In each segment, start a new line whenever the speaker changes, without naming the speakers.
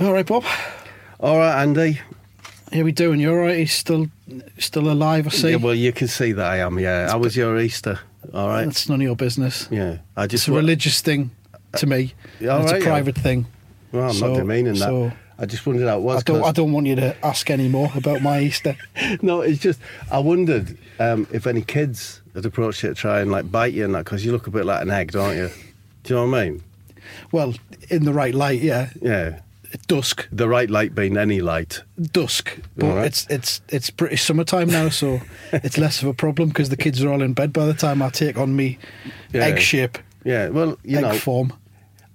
All right, Bob.
All right, Andy.
How we doing? You all right? He's still still alive, I see.
Yeah, well, you can see that I am. Yeah, I was your Easter. All right.
That's none of your business.
yeah, I just
It's a
wa-
religious thing to me.
Yeah, all
it's
right,
a
yeah.
private thing.
Well, I'm
so-
not demeaning that.
so-
I just wondered how it was.
I don't,
'cause-
I don't want you to ask any more about my Easter.
no, it's just I wondered um, if any kids had approached you to try and like bite you and that because you look a bit like an egg, don't you? Do you know what I mean?
Well, in the right light, yeah.
Yeah.
Dusk,
The right light being any light.
dusk. But
All right.
it's it's it's British summertime now, so it's less of a problem because the kids are all in bed by the time I take on me
Yeah.
egg shape,
Yeah. Well, you
egg
know,
form.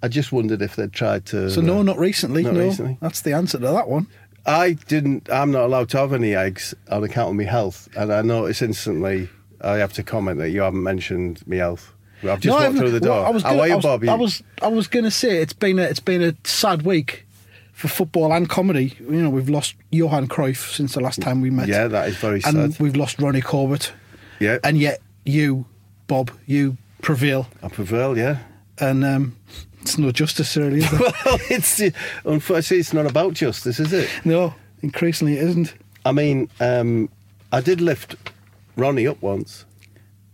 I just wondered if they'd tried to.
So no, not recently.
Not
no,
recently.
that's the answer to that one.
I didn't. I'm not allowed to have any eggs on account of my health, and I noticed instantly. I have to comment that you haven't mentioned my health. I've just walked
haven't-
through the door.
well, I was
How
gonna,
are you,
I was,
Bobby?
I was, I was going to say it's been a, it's been a sad week for football and comedy. You know, we've lost Johan Cruyff since the last time we met.
Yeah, that is very
and
sad. Eh?
we've lost Ronnie Corbett,
yeah,
and yet you, Bob, you prevail,
I prevail. Yeah.
and um, it's no justice really. Is there?
Well, it's unfortunately it's not about justice, is it?
no, increasingly it isn't.
I mean, um, I did lift Ronnie up once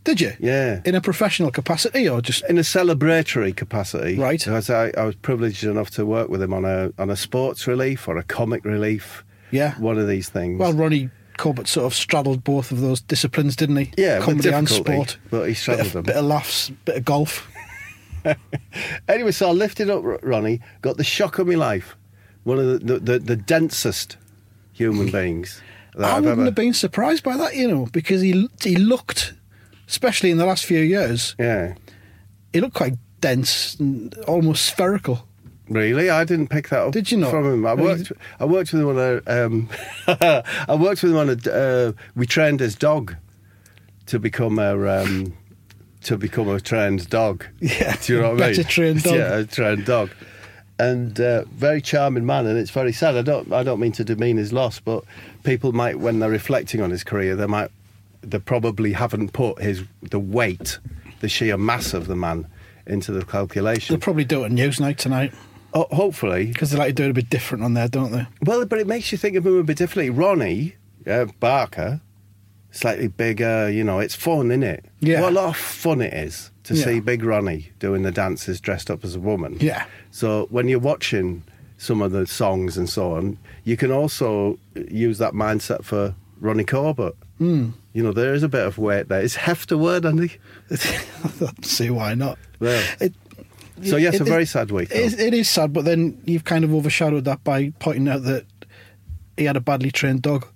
Did you?
Yeah.
In a professional capacity, or just
in a celebratory capacity,
Right.
Because I, I was privileged enough to work with him on a on a sports relief or a comic relief.
Yeah.
one of these things.
well, Ronnie Corbett sort of straddled both of those disciplines, didn't he?
Yeah, with
comedy and
difficulty,
sport.
but he straddled
bit
them.
of, bit of laughs, bit of golf.
Anyway, so I lifted up R- Ronnie, got the shock of my life. One of the, the, the, the densest human beings that
I
have
wouldn't
ever.
have been surprised by that, you know, because he he looked, especially in the last few years,
Yeah.
he looked quite dense and almost spherical.
Really, I didn't pick that up.
Did you not?
From him, I
No, you
worked.
did-
I worked with him on a. Um, I worked with him on a. Uh, we trained his dog to become a. Um, to become a trained dog.
Yeah,
Do you know what I mean?
better trained dog.
Yeah, a trained dog, and uh, very charming man. And it's very sad. I don't. I don't mean to demean his loss, but people might, when they're reflecting on his career, they might. They probably haven't put his the weight, the sheer mass of the man, into the
They'll
calculation.
probably do it on Newsnight tonight
Ho- hopefully,
because they like to do it a bit different on there, don't they?
Well, but it makes you think of him a bit differently. Ronnie uh, Barker, slightly bigger, you know, it's fun, isn't it?
Yeah.
What a lot of fun it is to
Yeah.
see Big Ronnie doing the dances dressed up as a woman.
Yeah.
So when you're watching some of the songs and so on, you can also use that mindset for Ronnie Corbett.
Hmm.
Mm. You know, there is a bit of weight there. It's heft a word, Andy.
See why not?
Well,
It-
so, yes,
it-
a very sad week.
It is,
though.
it is sad, but then you've kind of overshadowed that by pointing out that he had a badly trained dog.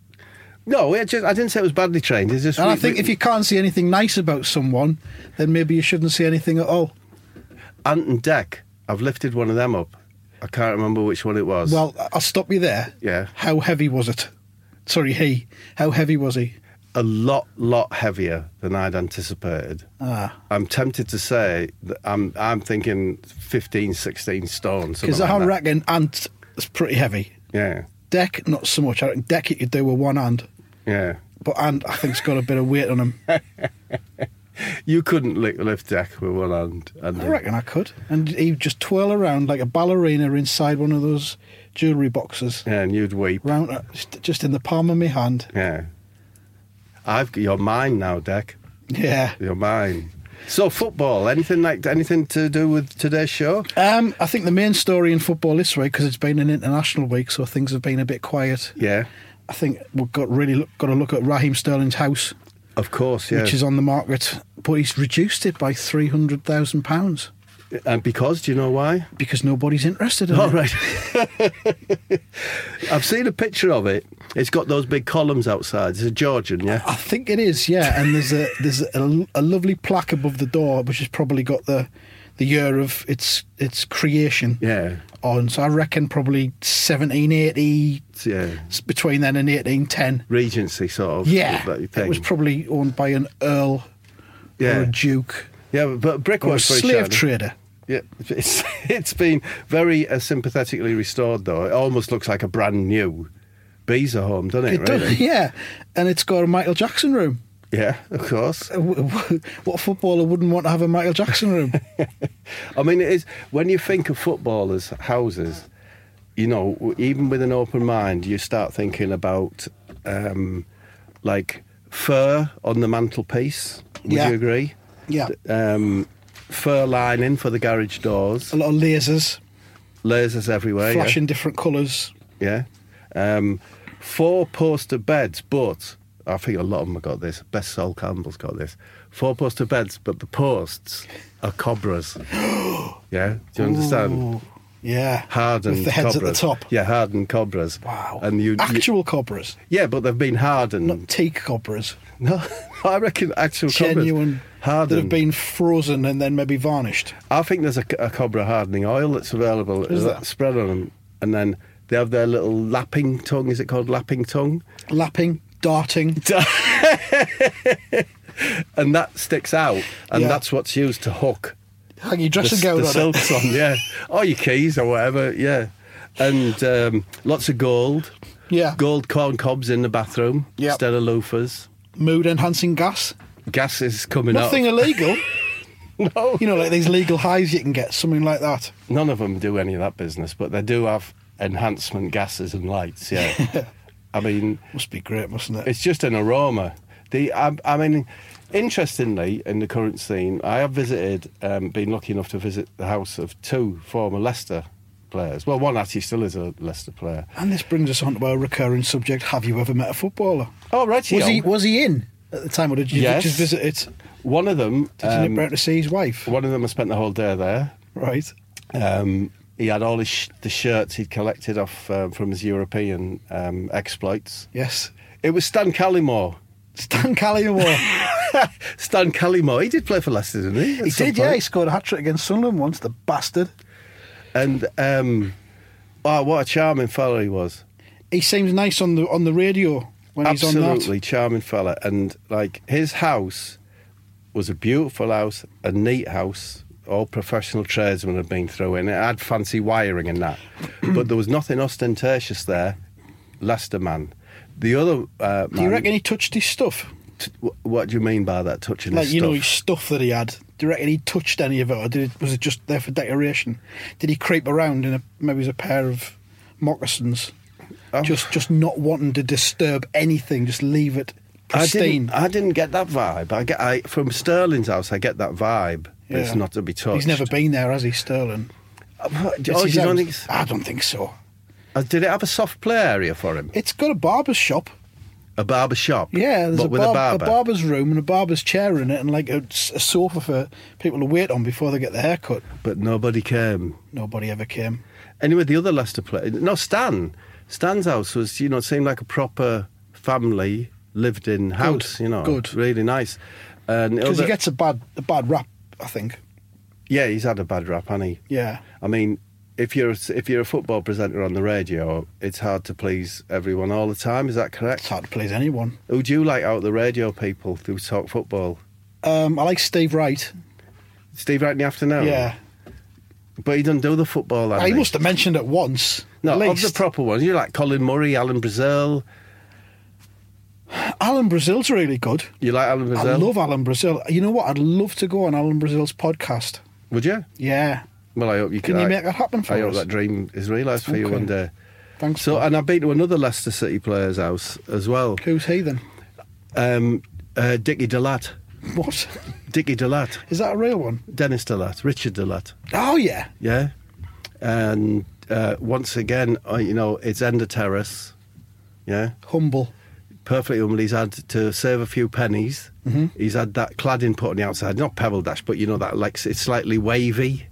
No, it just, I didn't say it was badly trained. It's just
And
we-
I think
we-
if you can't see anything nice about someone, then maybe you shouldn't see anything at all.
Ant and Deck. I've lifted one of them up. I can't remember which one it was.
Well, I'll stop you there.
Yeah.
How heavy was it? Sorry, he. How heavy was he?
a lot, lot heavier than I'd anticipated.
Ah.
I'm tempted to say that I'm, I'm thinking 15, 16 stone. something
Because
like
I
that.
reckon ant is pretty heavy.
Yeah,
Deck, not so much. I reckon deck you could do with one hand,
yeah.
but ant, I think's got a bit of weight on him.
You couldn't li- lift Deck with one hand. And
I reckon I could. And he'd just twirl around like a ballerina inside one of those jewellery boxes,
Yeah, and you'd weep.
round, uh, just- just in the palm of my hand.
Yeah. I've got, you're mine now, Deck.
Yeah.
You're mine. So football, anything like anything to do with today's show?
Um, I think the main story in football this week, because it's been an international week, so things have been a bit quiet.
Yeah,
I think we've got really look, got to look at Raheem Sterling's house,
of course. Yeah,
which is on the market, but he's reduced it by three hundred thousand pounds.
And because, do you know why?
because nobody's interested in
All
it.
right. I've seen a picture of it. It's got those big columns outside. It's a Georgian, yeah?
I think it is, yeah. And there's a there's a, a lovely plaque above the door, which has probably got the the year of its its creation
Yeah.
on. So I reckon probably 1780
It's, yeah.
s- between then and 1810.
Regency sort of.
Yeah,
that
it
thing.
was probably owned by an earl or
Yeah.
a duke
yeah, but brick
or a
was pretty
slave
shiny.
trader.
Yeah, it's it's been very uh, sympathetically restored though. It almost looks like a brand new Beezer home, doesn't it?
It does,
really?
yeah. And it's got a Michael Jackson room.
Yeah, of course.
What footballer wouldn't want to have a Michael Jackson room?
I mean, it is when you think of footballers' houses, you know, w- even with an open mind, you start thinking about um, like fur on the mantelpiece. Would
Yeah.
you agree?
yeah,
Um, fur lining for the garage doors,
a lot of lasers,
lasers everywhere. yeah.
flashing different colours.
Yeah. Um, four poster beds, but I think a lot of them have got this. Best Sol Campbell's got this. Four poster beds, but the posts are cobras. yeah. Do you understand?
Ooh, yeah.
Hardened
With the heads at the
cobras.
top.
Yeah, hardened cobras.
Wow.
And you, you-
actual cobras,
yeah, but they've been
not
hardened.
teak cobras.
No, I reckon actual
Genuine.
cobras. Hardened.
That have been frozen and then maybe varnished.
I think there's a, c- a cobra hardening oil that's available.
Is there?
spread on them, and then they have their little lapping tongue. Is it called lapping tongue?
Lapping, darting.
and that sticks out, and
Yeah.
that's what's used to hook
Hang your
the,
dressing
s-
gown
the
on it.
silks on, yeah, or your keys or whatever, yeah. And um, lots of gold,
Yeah.
gold corn cobs in the bathroom
Yep.
instead of loafers.
Mood enhancing gas.
Gas is coming
Nothing
up.
illegal.
no,
you know, like these legal highs you can get, something like that.
none of them do any of that business, but they do have enhancement gases and lights. Yeah, I mean,
Must be great, mustn't it?
It's just an aroma. The I, I mean, interestingly, in the current scene, I have visited, um, been lucky enough to visit the house of two former Leicester players. Well, one actually still is a Leicester player.
And this brings us on to our recurring subject: Have you ever met a footballer?
Oh, right,
Was he was he in at the time, or did you
Yes.
just visit it?
one of them?
Did you
um,
nip round to see his wife?
one of them, I spent the whole day there.
Right.
Um, he had all his sh- the shirts he'd collected off um, from his European um, exploits.
Yes.
It was Stan Callimore.
Stan Collymore.
Stan Callimore. He did play for Leicester, didn't he? at
he
some
did, yeah.
point?
He scored a hat trick against Sunderland once. The bastard.
And um, oh, what a charming fellow he was.
He seems nice on the on the radio when he's on
Absolutely charming fella. And like his house was a beautiful house, a neat house. All professional tradesmen had been through it. And it had fancy wiring and that. but there was nothing ostentatious there. Leicester man. The other uh,
that. Do you
man-
reckon he touched his stuff?
t- wh- what do you mean by that touching
Like
his
you know his
stuff?
stuff that he had. Do you reckon he touched any of it, or did it, was it just there for decoration? Did he creep around in a maybe it was a pair of moccasins,
Oh.
just just not wanting to disturb anything, just leave it
I
pristine?
didn't, I didn't get that vibe. I get I, from Sterling's house. I get that vibe. that It's
Yeah.
not to be touched.
He's never been there, has he, Sterling?
Uh, Oh, do
It's
you
his
don't
house.
think? it's-
I don't think so.
uh, Did it have a soft play area for him?
It's got a barber's shop.
A barber shop.
Yeah, there's
but
a,
with
barb-
a barber.
barber's room and a barber's chair in it, and like a, s- a sofa for people to wait on before they get their haircut.
But nobody came.
Nobody ever came.
Anyway, the other Leicester player, no Stan. Stan's house was, you know, seemed like a proper family lived in house. You know,
good.
really nice. And
Because
other-
he gets a bad a bad rap, I think.
yeah, he's had a bad rap, hasn't he?
Yeah.
I mean, if you're a- if you're a football presenter on the radio, it's hard to please everyone all the time. Is that
It's
correct?
hard to please anyone.
Who do you like out of the radio people who talk football?
Um, I like Steve Wright.
Steve Wright in the afternoon.
yeah.
but he doesn't do the football.
I
Andy.
must have mentioned it once.
No,
at
of
least.
the proper ones, you like Colin Murray, Alan Brazil.
Alan Brazil's really good.
You like Alan Brazil?
I love Alan Brazil. You know what? I'd love to go on Alan Brazil's podcast.
Would you?
Yeah.
Well, I hope you
Can you
I,
make that happen for
I hope
us?
that dream is realised for you
Okay.
one day.
Thanks.
So, and I've been to another Leicester City player's house as well.
Who's he then?
Um, uh, Dickie Delat,
What?
Dickie Delat,
Is that a real one?
Dennis Delat, Richard Delat.
Oh, yeah.
Yeah, and uh, once again, uh, you know, it's Ender Terrace. Yeah,
Humble.
perfectly humble. He's had to save a few
Mm-hmm.
pennies. He's had that cladding put on the outside, not pebble dash, but you know that like it's slightly wavy.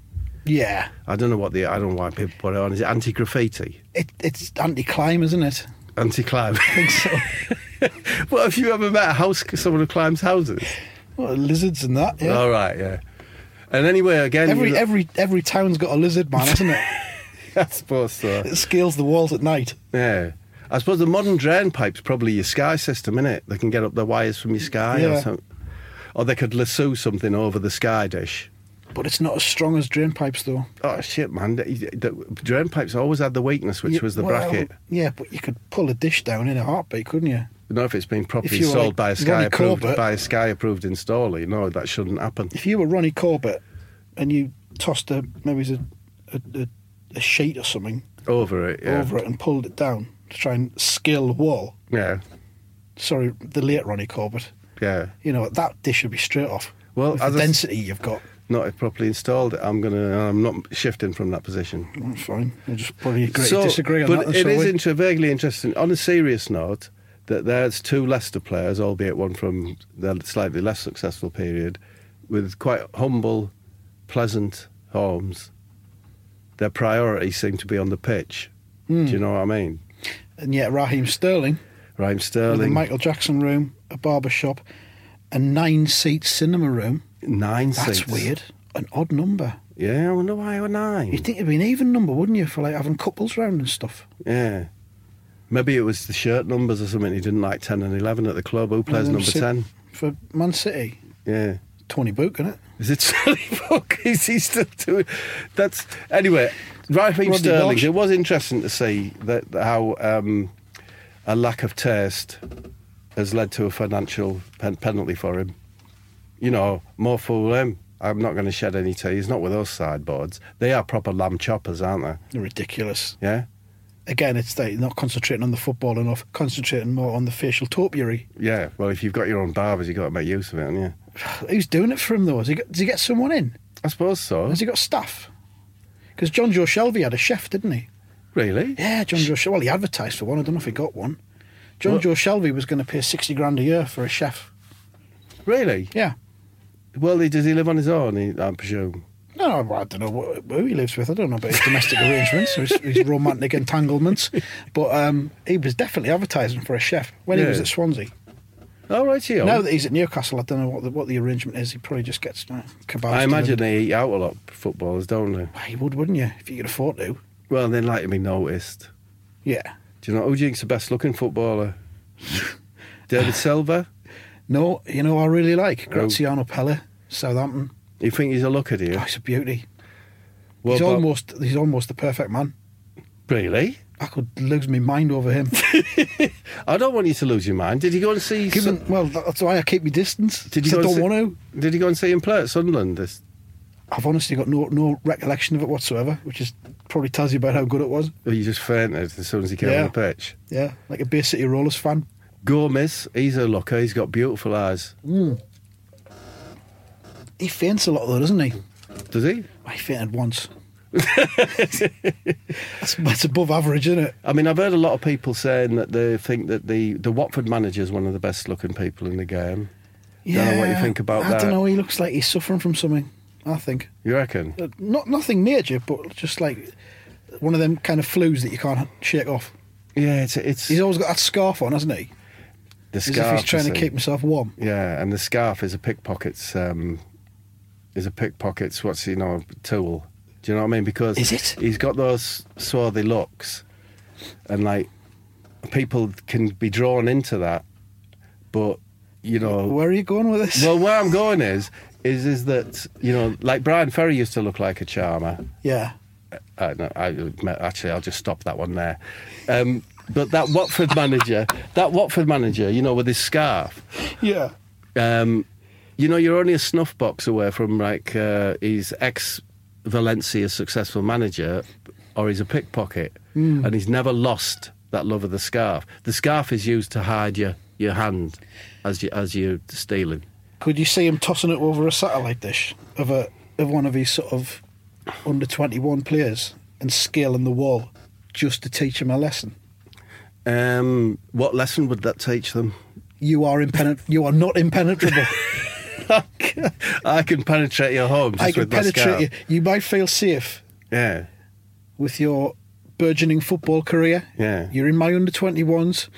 Yeah.
I don't know what the I don't know why people put it on. Is it anti graffiti?
It, it's anti-climb, isn't it?
Anti climb.
I think so.
what have you ever met a house someone who climbs houses?
well, lizards and that. Yeah.
All right, yeah. And anyway, again,
every
you-
every every town's got a lizard man, hasn't it?
I suppose so.
It scales the walls at night.
Yeah. I suppose the modern drain pipe's probably your sky system, innit? They can get up the wires from your sky
Yeah.
or something. Or they could lasso something over the sky dish.
But it's not as strong as drain pipes, though.
Oh, shit, man. The- the- Drain pipes always had the weakness, which
You-
was the
well,
bracket.
Yeah, but you could pull a dish down in a heartbeat, couldn't you?
You know, if it's been properly
you were
sold
like
by a sky
Ronnie
approved
Corbett-
by a sky approved installer, you know that shouldn't happen.
If you were Ronnie Corbett and you tossed a maybe it's a, a, a, a sheet or something
Over it, yeah.
over it and pulled it down to try and scale the wall.
Yeah,
Sorry, the late Ronnie Corbett.
yeah.
You know that dish would be straight off.
Well,
with
as
the
I s-
density you've got,
Not if properly installed. I'm gonna. I'm not shifting from that position.
Mm, fine. We'll just probably agree to
So-
disagree on that.
but
then,
it
shall
is
we?
inter- vaguely interesting. On a serious note, that there's two Leicester players, albeit one from the slightly less successful period, with quite humble, pleasant homes. Their priorities seem to be on the pitch.
Hmm.
Do you know what I mean?
and yet Raheem Sterling,
Raheem
with a
Sterling,
Michael Jackson room, a barber shop, a nine-seat cinema room.
nine
That's
seats.
weird. An odd number.
Yeah, I wonder why we're nine.
You'd think it'd be an even number, wouldn't you, for like having couples round and stuff?
Yeah. Maybe it was the shirt numbers or something. He didn't like 10 and 11 at the club. Who plays
And
number
sit-
10?
for Man City.
Yeah.
Tony Book, isn't it?
Is it Sterling Fox? Is he still doing? That's anyway. Raheem
Rodney
Sterling.
Welsh.
It was interesting to see that how um, a lack of taste has led to a financial pen- penalty for him. You know, more fool him. I'm not going to shed any tears. Not with those sideboards. They are proper lamb choppers, aren't they?
They're ridiculous.
Yeah,
Again, it's they not concentrating on the football enough, concentrating more on the facial topiary.
yeah. Well, if you've got your own barbers, you've got to make use of it, haven't you?
Who's doing it for him, though? Has he got, does he get someone in?
I suppose so.
Has he got staff? Because John Joe Shelby had a chef, didn't he?
Really?
Yeah, John Joe Shelby. Well, he advertised for one. I don't know if he got one. John Joe Shelby was going to pay 60 grand a year for a chef.
Really?
Yeah.
Well, he, does he live on his own? He, I presume.
No, I don't know what, who he lives with. I don't know about his domestic arrangements or his, his romantic entanglements. But um, he was definitely advertising for a chef when he was
Yeah.
at Swansea.
All right, you.
Now that he's at Newcastle, I don't know what the, what the arrangement is. He probably just gets uh, kebabs.
I imagine
delivered.
they eat out a lot, footballers, don't they?
Well, you would, wouldn't you, if you could afford to?
Well, they like to be noticed.
Yeah.
Do you know who do you think's the best looking footballer? David Silva?
No, you know, I really like
Who?
Graziano Pelle, Southampton.
You think he's a looker, do you?
Oh, he's a beauty.
Well,
he's
but-
almost he's almost the perfect man.
Really?
I could lose my mind over him.
I don't want you to lose your mind. Did he go and see.
Given,
Sun-
well, that's why I keep my distance.
Did you
'cause I
go
don't
and
want
see-
to.
Did he go and see him play at Sunderland? This-
I've honestly got no no recollection of it whatsoever, which is probably tells you about how good it was.
Or you oh, just fainted as soon as he came
Yeah.
on the pitch?
Yeah, like a Bay City Rollers fan.
Gomez, he's a looker. He's got beautiful eyes.
He faints a lot though, doesn't he?
Does he?
I fainted once. that's, that's above average, isn't it?
I mean, I've heard a lot of people saying that they think that the, the Watford manager is one of the best looking people in the game. Don't know what you think about
I
that.
don't know. He looks like he's suffering from something. I think
You reckon?
Uh, not nothing major, but just like one of them kind of flus that you can't shake off.
Yeah, it's. it's
He's always got that scarf on, hasn't he?
the
As
scarf,
if he's
you
trying to
see.
keep himself warm.
Yeah, and the scarf is a pickpocket's um, is a pickpocket's what's you know tool. Do you know what I mean? Because
Is it?
He's got those swarthy looks, and like people can be drawn into that, but you know.
Where are you going with this?
Well, where I'm going is is is that you know like Brian Ferry used to look like a charmer.
yeah,
Uh, no, I, actually, I'll just stop that one there. Um, but that Watford manager, that Watford manager, you know, with his scarf,
yeah.
um, you know, you're only a snuff box away from like uh, his ex Valencia successful manager, or he's a pickpocket,
Hmm.
and he's never lost that love of the scarf. The scarf is used to hide your, your hand as you as you're stealing.
Could you see him tossing it over a satellite dish of a of one of his sort of under twenty one players and scaling the wall just to teach him a lesson?
Um, what lesson would that teach them?
You are impenet- You are not impenetrable.
I can penetrate your home just
I can
with my scarf.
penetrate you. You might feel safe
Yeah,
with your burgeoning football career.
Yeah.
You're in my under 21s.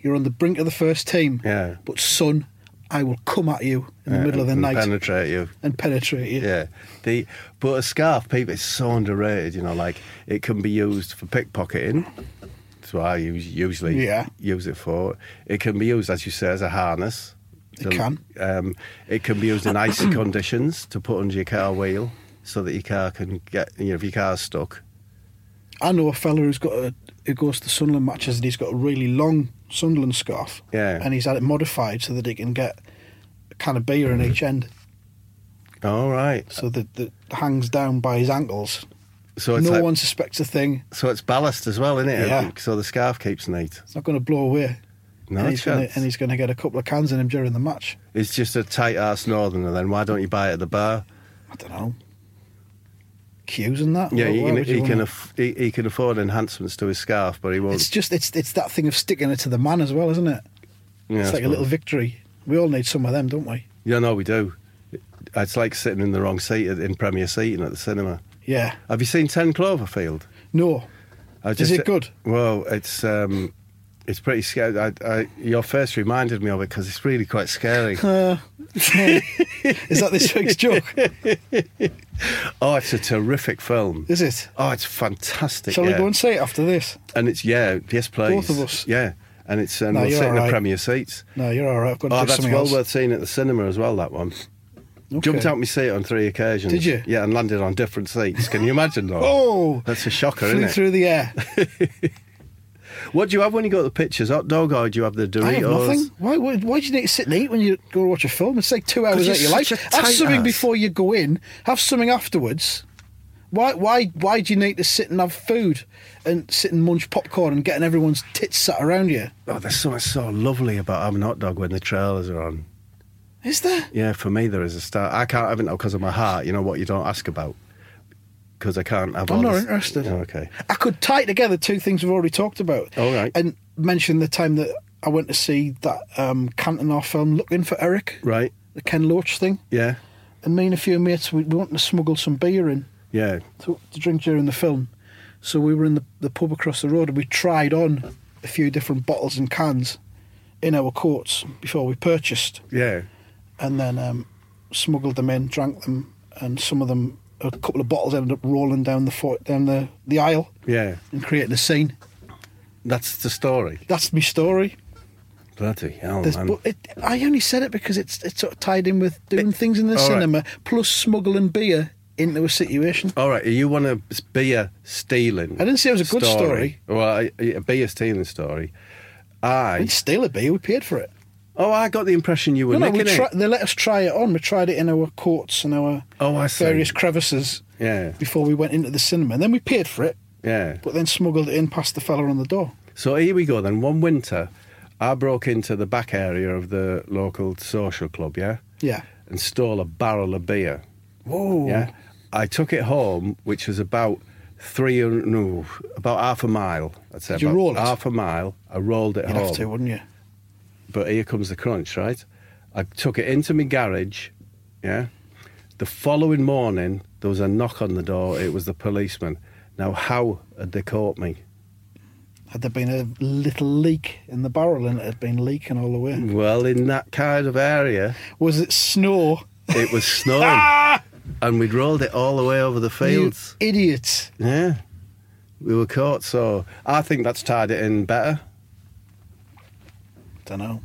You're on the brink of the first team.
Yeah.
But, son, I will come at you in the
Yeah,
middle of the
and
night
Penetrate you.
and penetrate you.
Yeah, the but a scarf, people, it's so underrated. You know, like it can be used for pickpocketing. That's what I use, usually
Yeah.
use it for. It can be used, as you say, as a harness.
It can.
Um, it can be used in icy conditions to put under your car wheel so that your car can get. You know, if your car's stuck.
I know a fella who's got a who goes to Sunderland matches and he's got a really long Sunderland scarf.
Yeah.
And he's had it modified so that he can get a can of beer in each end
All right.
so that that hangs down by his ankles.
So it's
no
like-
one suspects a thing.
So it's ballast as well, isn't it?
Yeah.
So the scarf keeps neat.
It's not going to blow away.
No
and, he's gonna,
chance.
and he's going to get a couple of cans in him during the match.
It's just a tight ass northerner. Then why don't you buy it at the bar?
I don't know. Cues and that.
Yeah,
Why-
he,
why
can,
would you
he, can
wanna-
aff- he, he can afford enhancements to his scarf, but he won't.
It's just it's it's that thing of sticking it to the man as well, isn't it?
Yeah,
it's
I
like a little
suppose.
victory. We all need some of them, don't we?
Yeah, no, we do. It's like sitting in the wrong seat at- in premiere seating at the cinema.
Yeah.
Have you seen Ten Cloverfield?
No.
I
Is it good?
Well, it's um, it's pretty scary. I, I, your first reminded me of it because it's really quite scary.
Uh, is that this week's joke?
oh, it's a terrific film.
Is it?
Oh, it's fantastic.
Shall we
yeah.
go and say it after this?
And it's yeah, yes, please.
Both of us.
Yeah, and it's um,
No,
we'll
you're
sit in the
alright.
premier seats.
No, you're all right. I've got to
Oh,
do
that's
something
well
else.
worth seeing at the cinema as well. That one
Okay.
jumped out my seat on three occasions.
Did you?
Yeah, and landed on different seats. Can you imagine that?
Oh,
that's a shocker,
flew
isn't it?
through the air.
What do you have when you go to the pictures? Hot dog or do you have the Doritos?
I have nothing. Why, why? Why do you need to sit and eat when you go to watch a film? It's like two hours
you're
out of your
such
life.
a
Have
tight
something
ass.
before you go in. Have something afterwards. Why? Why? Why do you need to sit and have food and sit and munch popcorn and getting everyone's tits sat around you?
Oh, there's something so lovely about having a hot dog when the trailers are on.
Is there?
Yeah, for me there is a start. I can't have it now because of my heart. You know what you don't ask about because I can't have.
I'm
all
not
this-
interested.
Oh, okay.
I could tie together two things we've already talked about.
All right.
And mention the time that I went to see that um, Cantona film, Looking for Eric,
Right.
the Ken Loach thing.
Yeah.
And me and a few mates, we, we wanted to smuggle some beer in
Yeah.
to, to drink during the film. So we were in the, the pub across the road and we tried on a few different bottles and cans in our courts before we purchased
Yeah.
and then um, smuggled them in, drank them, and some of them, a couple of bottles ended up rolling down the, fort, down the, the aisle
Yeah.
and creating a scene.
That's the story.
That's my story.
Bloody hell,
There's-
Oh, man.
but it, I only said it because it's it's sort of tied in with doing things in the
all right.
cinema plus smuggling beer into a situation.
All right, you want a beer stealing?
I didn't say it was a good story.
Well, a, a beer stealing story.
I
I
didn't steal a beer; we paid for it.
oh, I got the impression you were
no, no,
nicking
we tri-
it.
they let us try it on. We tried it in our courts and our
Oh, I see.
various crevices
Yeah.
before we went into the cinema, and then we paid for it,
Yeah.
but then smuggled it in past the fella on the door.
So here we go then. One winter, I broke into the back area of the local social club, yeah,
Yeah.
and stole a barrel of beer.
Whoa.
Yeah. I took it home, which was about three hun- no, about half a mile. I'd say
Did you
about
roll it?
half a mile. I rolled it
You'd
home.
have to, wouldn't you?
but here comes the crunch, right? I took it into my garage, yeah. The following morning, there was a knock on the door. It was the policeman. Now, how had they caught me?
Had there been a little leak in the barrel and it had been leaking all the way?
Well, in that kind of area,
Was it snow?
it was snowing, and we'd rolled it all the way over the fields.
You idiot.
Yeah, we were caught. So I think that's tied it in better.
Don't know.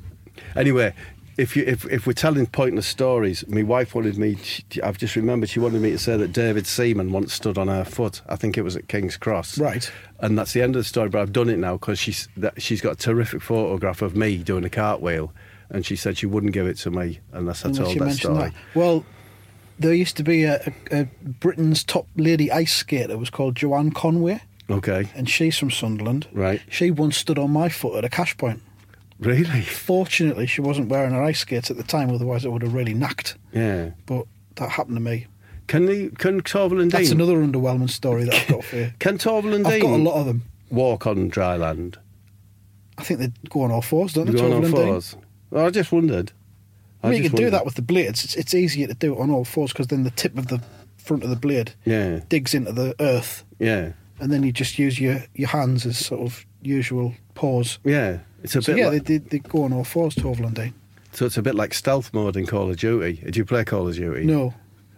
Anyway, if you if, if we're telling pointless stories, my wife wanted me. She, I've just remembered she wanted me to say that David Seaman once stood on her foot. I think it was at King's Cross.
Right.
And that's the end of the story. But I've done it now because she's that, she's got a terrific photograph of me doing a cartwheel, and she said she wouldn't give it to me unless I
Unless
told
you
that
mentioned
story.
that. Well, there used to be a, a, a Britain's top lady ice skater was called Joanne Conway,
Okay.
and she's from Sunderland.
Right.
She once stood on my foot at a cash point.
Really?
Fortunately, she wasn't wearing her ice skates at the time, otherwise I would have really knacked.
Yeah.
But that happened to me.
Can the can Torval and Dean?
That's another underwhelming story that I've got for you.
Can Torval and Dean?
I've got a lot of them.
Walk on dry land.
I think they go on all fours, don't they?
Going on
Torvald and Dean?
fours. Well, I just wondered.
I mean, you
just
can do
wonder-
that with the blades. It's, it's easier to do it on all fours because then the tip of the front of the blade
Yeah.
digs into the earth,
Yeah,
and then you just use your, your hands as sort of usual paws.
yeah. It's a
So
bit.
yeah,
like,
they, they, they go on all fours, Tovlandine.
so it's a bit like stealth mode in Call of Duty. Did you play Call of Duty?
No,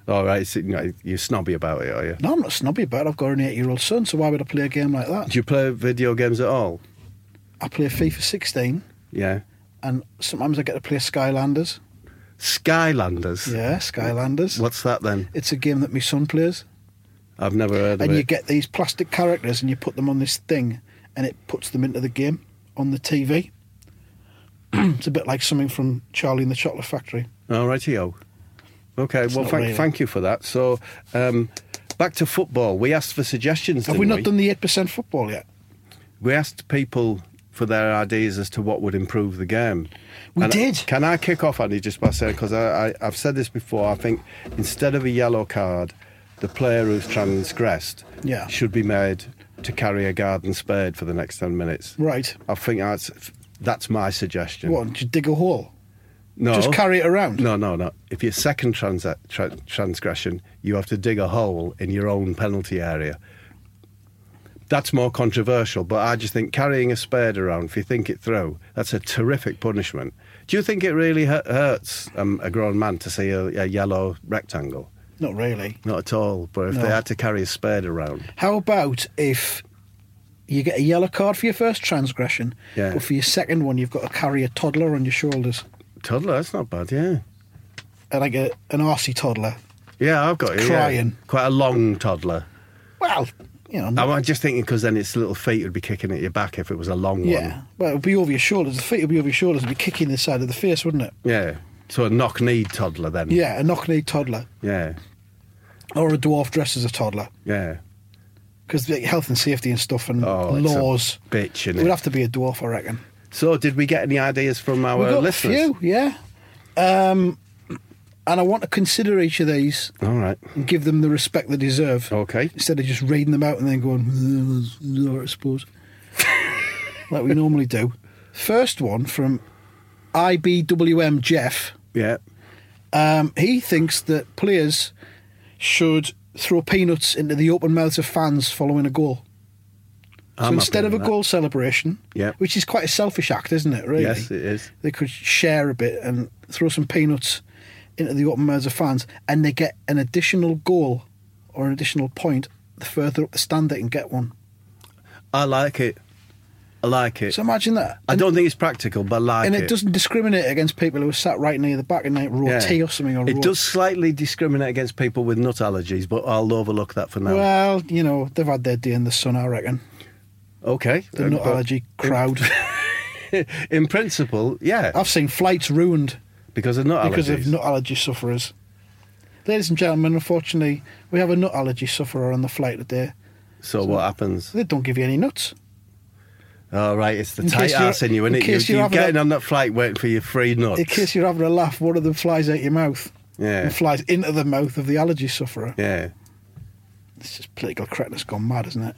All right, so, you know, you're snobby about it, are you?
no, I'm not snobby about it. I've got an eight-year-old son, so why would I play a game like that?
Do you play video games at all?
I play FIFA 16,
Yeah.
and sometimes I get to play Skylanders.
Skylanders.
Yeah, Skylanders.
What's that then?
It's a game that my son plays.
I've never heard of
and
it.
you get these plastic characters and you put them on this thing and it puts them into the game on the TV. it's a bit like something from Charlie and the Chocolate Factory.
All righty-o. Okay, well,
not
thank,
really.
thank you for that. So, um, back to football. We asked for suggestions.
Have
didn't
we not
we?
done the 8% football yet?
We asked people for their ideas as to what would improve the game.
We
And
did.
Can I kick off, Andy, just by saying, because I, I, I've said this before, I think instead of a yellow card, the player who's transgressed
Yeah.
should be made to carry a garden spade for the next 10 minutes.
Right.
I think that's, that's my suggestion.
What? Did you dig a hole?
No.
Just carry it around?
No, no, no. If your second trans- tra- transgression, you have to dig a hole in your own penalty area. That's more controversial, but I just think carrying a spade around, if you think it through, that's a terrific punishment. Do you think it really hu- hurts um, a grown man to see a, a yellow rectangle?
Not really.
Not at all. But if
No.
they had to carry a spade around,
How about if you get a yellow card for your first transgression,
Yeah.
but for your second one, you've got to carry a toddler on your shoulders?
toddler, that's not bad. Yeah,
Uh, Like a, an arsey toddler.
yeah, I've got
It's
you, yeah.
crying.
Quite a long toddler.
Well, you know.
I'm I'm just thinking because then its little feet would be kicking at your back if it was a long one.
yeah. Well, it would be over your shoulders. The feet would be over your shoulders. It would be kicking the side of the face, wouldn't it?
Yeah. So a knock kneed toddler then.
Yeah, a knock kneed toddler
Yeah.
or a dwarf dressed as a toddler
Yeah.
because health and safety and stuff and
Oh, it's a
laws.
bitch,
it
innit?
would have to be a dwarf, I reckon.
So did we get any ideas from our
we got
listeners?
a few, yeah. Um, and I want to consider each of these
All right.
and give them the respect they deserve.
Okay.
Instead of just reading them out and then going, "Mm, all right, I suppose, like we normally do. First one from IBWM Jeff.
Yeah.
Um, he thinks that players should throw peanuts into the open mouths of fans following a goal. so
I'm
instead
happy
of a
with that.
goal celebration,
Yep.
which is quite a selfish act, isn't it? Really,
Yes, it is.
They could share a bit and throw some peanuts into the open mouths of fans, and they get an additional goal or an additional point the further up the stand they can get one.
I like it. I like it.
So imagine that.
I don't think it's practical, but I like
and
it.
it doesn't discriminate against people who are sat right near the back and like row
Yeah.
T or something. Or
it
row-
does slightly discriminate against people with nut allergies, but I'll overlook that for now.
Well, you know, they've had their day in the sun, I reckon.
okay.
The
Uh,
nut
but
allergy crowd.
In principle, yeah,
I've seen flights ruined
because of nut
because
allergies.
of nut allergy sufferers. Ladies and gentlemen, unfortunately, we have a nut allergy sufferer on the flight today.
so what happens?
They don't give you any nuts.
All Oh, right, it's the
In
tight
case you're-
ass in you,
in
isn't it? You,
case you're
you're
having a-
getting on that flight waiting for your free nuts.
In case you're having a laugh, one of them flies out your mouth
Yeah.
and flies into the mouth of the allergy sufferer.
yeah.
It's just political correctness gone mad, isn't it?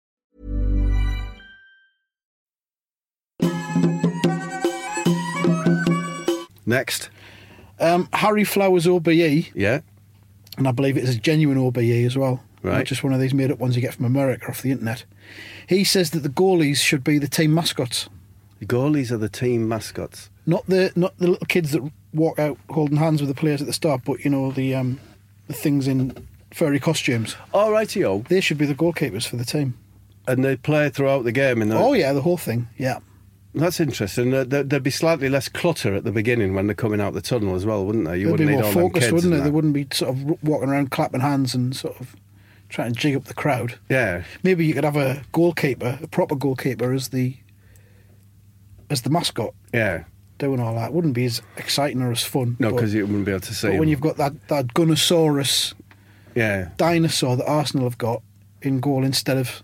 Next.
Um, Harry Flowers OBE,
Yeah.
and I believe it is a genuine OBE as well,
Right.
not just one of these made up ones you get from America off the internet. He says that the goalies should be the team mascots,
The goalies are the team mascots.
not the not the little kids that walk out holding hands with the players at the start, but you know the um, the things in furry costumes.
All righty, oh.
They should be the goalkeepers for the team.
And they play throughout the game. And they're-
Oh yeah, the whole thing. Yeah,
That's interesting. Uh, there- There'd be slightly less clutter at the beginning when they're coming out the tunnel as well, wouldn't there? You
they'd be
wouldn't need
more
all them
focused,
kids
wouldn't
and
they? They
that.
wouldn't be sort of r- walking around clapping hands and sort of trying to jig up the crowd.
Yeah.
Maybe you could have a goalkeeper, a proper goalkeeper, as the as the mascot
Yeah.
doing all that. Wouldn't be as exciting or as fun.
No,
but-
because you wouldn't be able to see.
but when
them.
you've got that that Gunosaurus
yeah.
dinosaur that Arsenal have got in goal instead of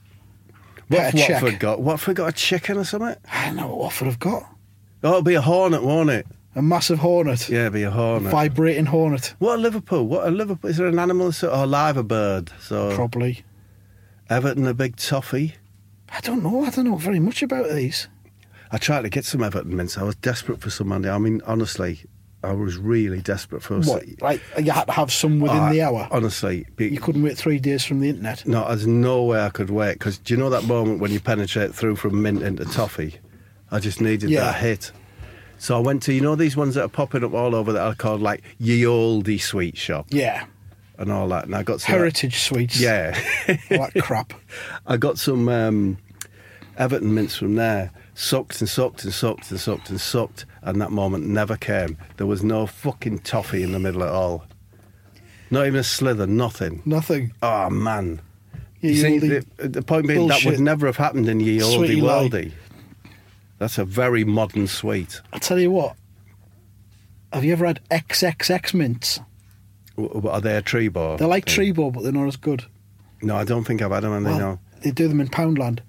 What,
Get a check.
Watford got? Watford got a chicken or something?
I don't know what Watford have got
Oh, it'll be a hornet, won't it?
a massive hornet,
Yeah, it'll be a hornet.
vibrating hornet,
What a Liverpool? What a Liverpool? Is there an animal so, or live a bird? So
probably.
Everton a big toffee.
I don't know. I don't know very much about these.
I tried to get some Everton mints. I was desperate for some money. I mean, honestly, I was really desperate for.
What, like you had to have some within
Oh,
the hour.
Honestly, be-
You couldn't wait three days from the internet.
No, there's no way I could wait because do you know that moment when you penetrate through from mint into toffee? I just needed
Yeah.
that hit. So I went to you know these ones that are popping up all over that are called like Ye Olde Sweet Shop
Yeah,
and all that, and I got some
heritage sweets.
Yeah,
all that crap.
I got some um, Everton mints from there. Sucked and sucked and sucked and sucked and sucked, and that moment never came. There was no fucking toffee in the middle at all. Not even a slither, nothing.
Nothing.
Oh man.
Yeah,
You
you
see,
all
the,
the-
the point being that would
bullshit.
never have happened in ye olde
Sweetie lie.
worldy. That's a very modern sweet.
I tell you what. Have you ever had XXX mints?
W- w- Are they a tree bar?
They're like Trebo, but they're not as good.
No, I don't think I've had them. And they
Well,
know.
They do them in Poundland,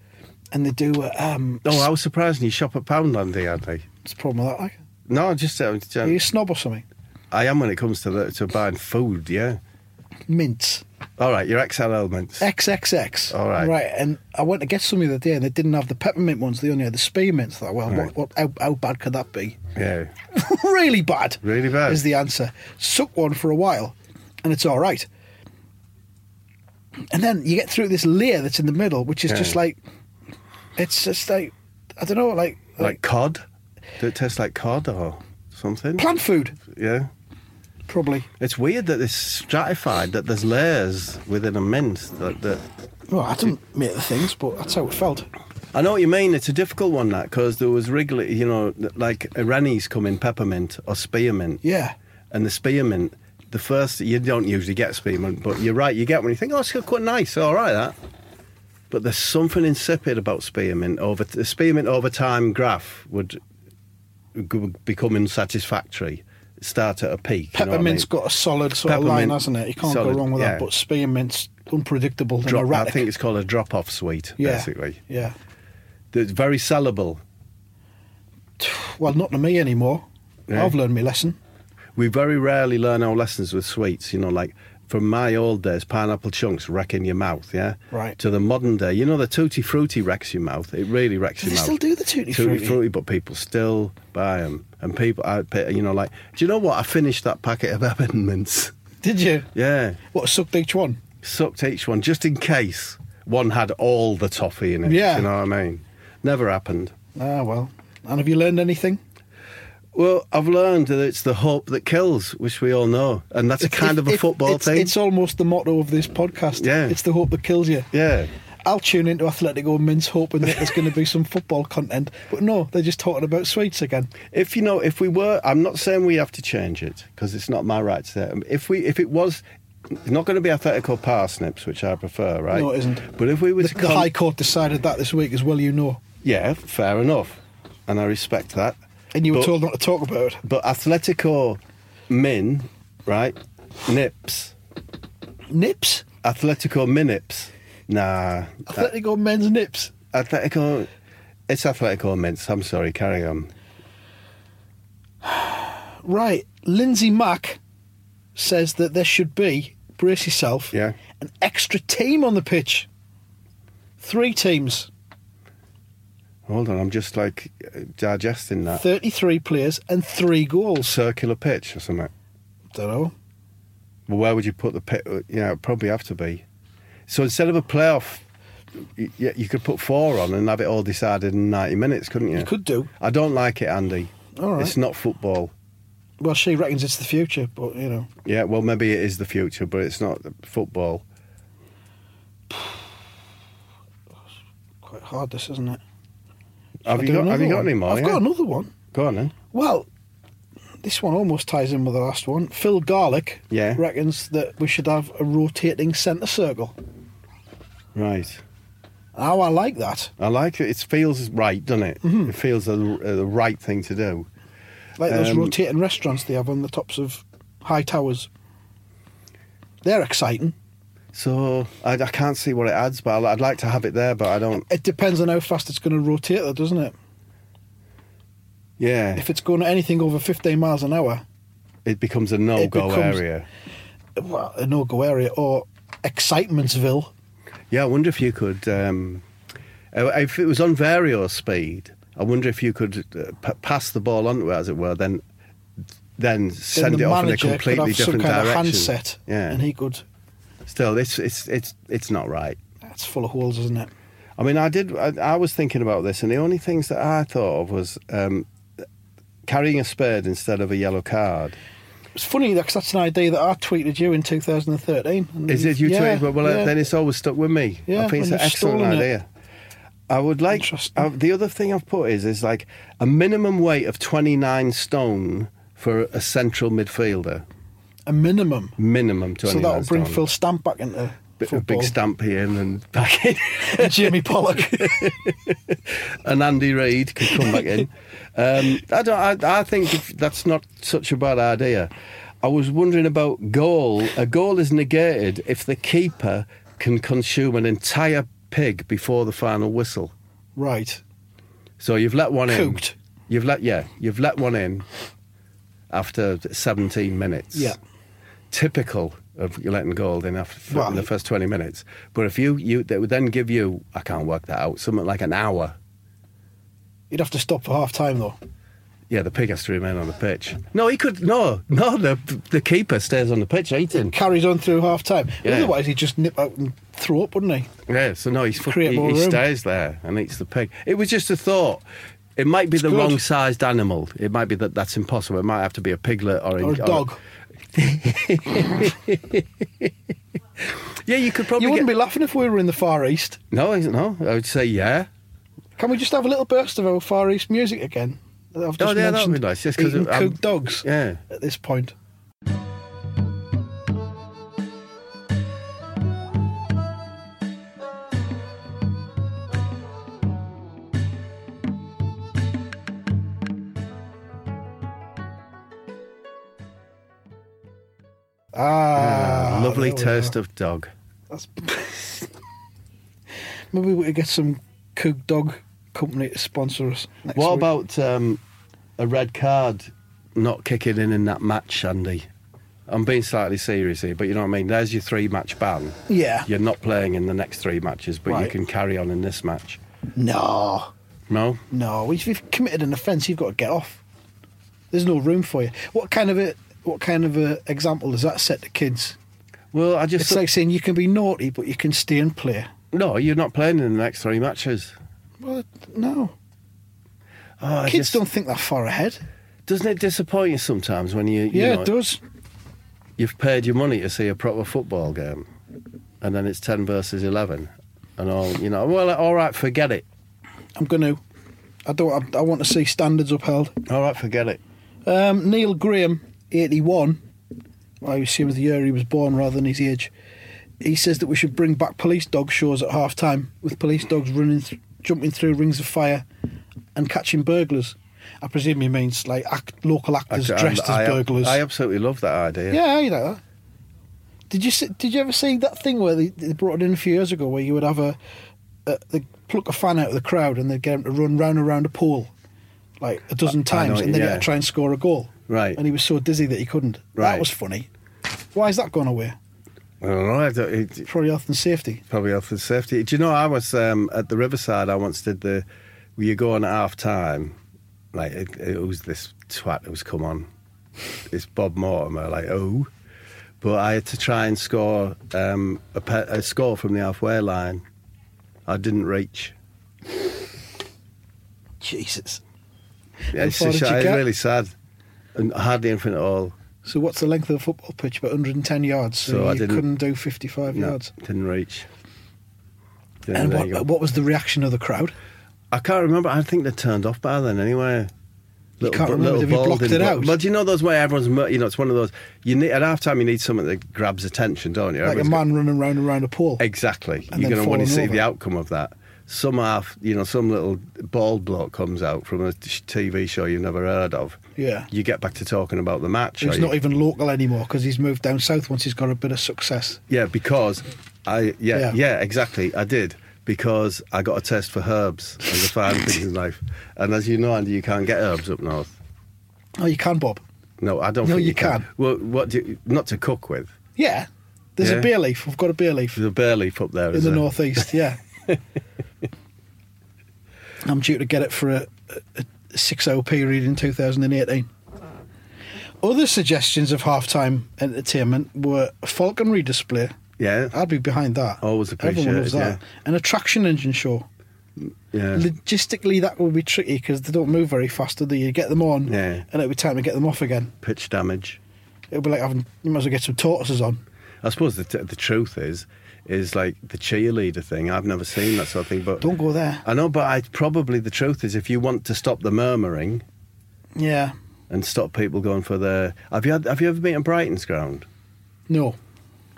and they do. uh, Um,
No, Oh, I was surprised. You shop at Poundland, they had they.
What's the problem with that? Like,
No, just, uh,
are you a
just
snob or something?
I am when it comes to the, to buying food. Yeah.
Mints.
All right, your XL mints.
Eh. XXX.
All right.
Right, and I went to get some the other day, and they didn't have the peppermint ones. They only had the spearmints. I thought, well, what,
Right.
what, how, how bad could that be?
yeah.
really bad.
Really bad.
Is the answer. Suck one for a while and it's all right. And then you get through this layer that's in the middle, which is
Yeah.
just like, it's just like, I don't know, like,
Like cod. Do it taste like cod or something?
plant food,
Yeah.
probably.
It's weird that it's stratified, that there's layers within a mint. That, that
Well, I didn't make the things, but that's how it felt.
I know what you mean. It's a difficult one, that, because there was regularly, you know, like Irani's come in peppermint or spearmint.
Yeah.
And the spearmint, the first, you don't usually get spearmint, but you're right, you get one. You think, oh, it's quite nice, all right, that. But there's something insipid about spearmint. Over the spearmint over time graph would g- become unsatisfactory. Start at a peak. you know what I mean?
Peppermint's got a solid sort of
Peppermint,
line, hasn't it? You can't
solid,
go wrong with
yeah.
that, but spearmint's unpredictable and
Drop- I
erratic.
think it's called a drop-off sweet,
yeah.
basically.
Yeah.
It's very sellable.
Well, not to me anymore.
Yeah.
I've learned my lesson.
We very rarely learn our lessons with sweets, you know, like from my old days, pineapple chunks wreck in your mouth, yeah?
Right.
To the modern day, you know, the Tutti Frutti wrecks your mouth. It really wrecks
Do they
your mouth.
still do the Tutti Frutti?
but people still buy them. And people, I, you know, like, do you know what? I finished that packet of Evan mints.
Did you?
Yeah.
What, sucked each one?
Sucked each one just in case one had all the toffee in it.
Yeah.
You know what I mean? Never happened.
Ah, well. And have you learned anything?
Well, I've learned that it's the hope that kills, which we all know, and that's a
It's-
kind
it-
of a
it-
football
it's,
thing.
It's almost the motto of this podcast.
Yeah.
It's the hope that kills you.
yeah,
I'll tune into Atletico Mince hoping that there's going to be some football content, but no, they're just talking about sweets again.
if you know, if we were, I'm not saying we have to change it because it's not my right to say. it. If we, if it was, it's not going to be Atletico parsnips, which I prefer, right?
No, it isn't.
But if we were
The,
to
the
con-
High Court decided that this week, as well you know.
yeah, fair enough, and I respect that.
And you were
But-
told not to talk about it.
but Atletico min, right? Nips,
Nips?
Atletico minips. Nah, that-
Atletico men's nips.
Atletico. It's Atletico mints. I'm sorry. Carry on.
Right. Lindsay Mack says that there should be, brace yourself,
Yeah.
an extra team on the pitch. Three teams,
Hold on, I'm just like uh, digesting that
33 players, and three goals.
circular pitch or something.
don't know.
Well, where would you put the pick? You know, it'd probably have to be. So instead of a playoff, you, you could put four on and have it all decided in 90 minutes, couldn't you?
You could do.
I don't like it, Andy.
All right.
It's not football.
Well, she reckons it's the future, but you know,
Yeah, well, maybe it is the future, but it's not football.
quite hard this, isn't it? Shall I
Have you
do
got? Have
another
you got
one?
any more?
I've
Yeah.
got another one.
Go on then.
Well, this one almost ties in with the last one. Phil Garlick
Yeah.
reckons that we should have a rotating centre circle.
Right.
Oh, I like that.
I like it. It feels right, doesn't it?
Mm-hmm.
It feels the, uh, the right thing to do.
Like those
Um,
rotating restaurants they have on the tops of high towers. They're exciting.
So I, I can't see what it adds, but I'd like to have it there, but I don't.
It depends on how fast it's going to rotate, though, doesn't it?
Yeah,
If it's going anything over 15 miles an hour,
it becomes a no-go
becomes-
area.
well, a no-go area or excitementsville.
Yeah, I wonder if you could. Um, uh, if it was on vario speed, I wonder if you could uh, p- pass the ball onto it, as it were, then then send
then the
it off in a
manager could
completely
have some
different
kind
direction.
of handset,
Yeah.
and he could.
Still, it's it's it's it's not right.
That's full of holes, isn't it?
I mean, I did. I, I was thinking about this, and the only things that I thought of was um, carrying a spade instead of a yellow card.
It's funny because that's an idea that I tweeted you in 2013. And
Is it you
yeah,
tweeted? Well, well
yeah.
then it's always stuck with me.
Yeah,
I think it's
when
an
you've
excellent
stolen it.
idea. I would like
Interesting.
I, the other thing I've put is is like a minimum weight of twenty nine stone for a central midfielder.
a minimum.
Minimum
So
twenty
that'll
nine.
bring
stone.
Phil Stamp back into
Bit- a
football.
big stamp here and then back in.
Jimmy Pollock.
and Andy Reid could come back in. Um, I don't. I, I think if that's not such a bad idea. I was wondering about goal. A goal is negated if the keeper can consume an entire pig before the final whistle.
right.
So you've let one
Cooked.
in. You've let yeah. You've let one in after 17 minutes.
Yeah.
Typical of letting gold in after
Well-
in the first 20 minutes. But if you you they would then give you I can't work that out something like an hour
You'd have to stop for half time, though.
Yeah, the pig has to remain on the pitch. No, he could. No, no, the the keeper stays on the pitch eating.
Carries on through half time.
Yeah.
Otherwise, he'd just nip out and throw up, wouldn't he?
Yeah, so no, he's, fu-
Create
he,
more
he
room.
stays there and eats the pig. It was just a thought. It might be
It's
the
good.
wrong sized animal. It might be that that's impossible. It might have to be a piglet or,
Or a dog.
yeah, you could probably.
You wouldn't
get-
be laughing if we were in the Far East.
No, I- no, I would say yeah.
Can we just have a little burst of our Far East music again? that I've
Oh,
just
yeah, that would
mentioned
be nice. Just because
eating cooked dogs
um, Yeah.
at this point. Ah,
Lovely
there we
taste
are.
of dog.
That's- Maybe we could get some cooked dog company to sponsor us. Next
What
week.
about um, a red card not kicking in in that match, Andy? I'm being slightly serious here, but you know what I mean. There's your three match ban.
Yeah.
You're not playing in the next three matches, but you
Right.
can carry on in this match.
No,
No,
no. If you've committed an offence, you've got to get off. There's no room for you. What kind of a what kind of a example does that set to kids?
well, I
It's
just
like saying you can be naughty, but you can stay and play.
no. You're not playing in the next three matches.
Well, no.
Oh, I
kids
just-
don't think that far ahead.
Doesn't it disappoint you sometimes when you, you
yeah,
know,
it does.
you've paid your money to see a proper football game, and then it's ten versus eleven, and all you know. Well, all right, forget it.
I'm going to. I don't. I, I want to see standards upheld.
All right, forget it.
Um, Neil Graham, 81, I assume the year he was born rather than his age, he says that we should bring back police dog shows at half time with police dogs running, th- jumping through rings of fire and catching burglars. I presume he means like act, local actors
Actually,
dressed
I-
as
I-
burglars.
I absolutely love that idea.
yeah, you know that. Did you see, did you ever see that thing where they, they brought it in a few years ago where you would have a, a they pluck a fan out of the crowd and they'd get him to run round and round a pool like a dozen
I know
times
it,
and then
yeah.
get to try and score a goal.
Right.
And he was so dizzy that he couldn't.
Right.
That was funny. Why is that gone away?
I don't know. I don't- it-
Probably health and safety.
probably health and safety. Do you know I was um, at the Riverside? I once did the where you go on at half time. Like it, it was this twat who's come on. it's Bob Mortimer, like, oh. But I had to try and score um, a, pe- a score from the halfway line. I didn't reach.
Jesus.
Yeah, it's
far
a
did
shame.
you
It's
get?
really sad. And hardly anything at all.
So what's the length of the football pitch? About 110 yards. So,
So I
you
didn't-
couldn't do 55
No,
yards.
didn't reach. Didn't-
And
there you go.
what, what was the reaction of the crowd?
I can't remember. I think they're turned off by then anyway. Little,
can't remember. Have you blocked
balding
it
bloke.
out?
Well, do you know those way everyone's, mo- you know, it's one of those. You need at half time. You need something that grabs attention, don't you?
like a
Everyone's
man running round and round a pole.
got- exactly.
and
You're
then
going to want to
falling
see the
over.
outcome of that. Some half, you know, some little bald bloke comes out from a t- TV show you've never heard of.
Yeah.
You get back to talking about the match. or
He's
you-
not even local anymore because he's moved down south once he's got a bit of success.
Yeah, because I yeah,
e-, Yeah.
yeah exactly I did because I got a test for herbs as a fine things in life, and as you know, Andy, you can't get herbs up north.
Oh, you can, Bob.
No, I don't.
No,
think
you
you can.
can.
Well, what do you, not to cook with?
Yeah. There's a
Yeah.
beer leaf. We've got a beer leaf
There's a bear leaf up there
in
is
the
there?
northeast. Yeah. I'm due to get it for a, a, a 6O period in 2018. Other suggestions of half-time entertainment were a falconry display.
Yeah,
I'd be behind that.
Always
Everyone loves
appreciated,
that. An attraction engine show.
yeah.
Logistically, that would be tricky because they don't move very fast, do they? You get them on,
Yeah.
and it'd be time to get them off again.
Pitch damage.
It'd be like having you might as well get some tortoises on.
I suppose the t- the truth is is like the cheerleader thing. I've never seen that sort of thing, but
Don't go there.
I know, but I probably the truth is if you want to stop the murmuring
Yeah,
and stop people going for their have you had, have you ever been to Brighton's ground?
no.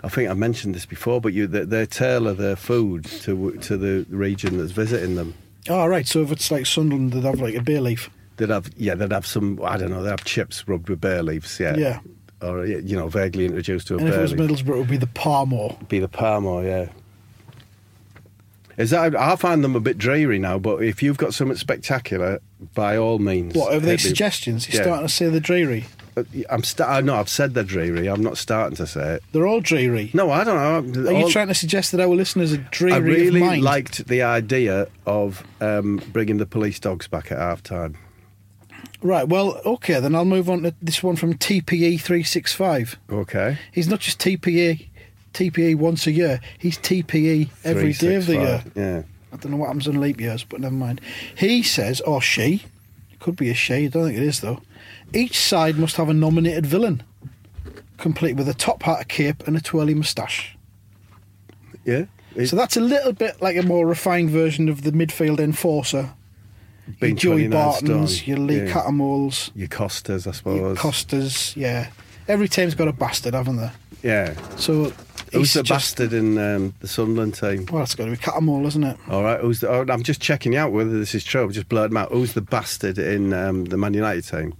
I think I mentioned this before, but you they, they tailor their food to to the region that's visiting them.
All right. So if it's like Sunderland, they'd have like a beer leaf.
They'd have yeah, they'd have some I don't know, they'd have chips rubbed with bay leaves, yeah,
Yeah.
or yeah, you know vaguely introduced to a
and if it
bay
was
leaf.
Middlesbrough, it would be the Parmore.
Be the palmo, yeah. Is that I find them a bit dreary now, but if you've got something spectacular, by all means.
What have they
hit me.
suggestions? You're
Yeah.
starting to say they're dreary.
I'm sta- I know I've said they're dreary. I'm not starting to say it.
They're all dreary.
No, I don't know.
Are
All-
you trying to suggest that our listeners are dreary
I really
of mind?
liked the idea of um, bringing the police dogs back at half time.
Right. Well, okay. Then I'll move on to this one from TPE three six five.
Okay.
He's not just E, TPE, TPE once a year. He's TPE every day of the year.
365, Yeah.
I don't know what happens on leap years, but never mind. He says, or she, it could be a she, I don't think it is though. Each side must have a nominated villain, complete with a top hat, a cape, and a twirly moustache.
Yeah. It's
So that's a little bit like a more refined version of the midfield enforcer.
been
your Joey
29
Bartons,
stone.
your Lee
yeah.
Catamull's,
Your Costas, I suppose.
your Costas, yeah. Every team's got a bastard, haven't they?
Yeah.
So
Who's
he's
the
just-
bastard in um, the Sunderland team?
Well, it's got to be Catamall, isn't it?
All right. Who's the, oh, I'm just checking out whether this is true. I've just blurred them out. Who's the bastard in um, the Man United team?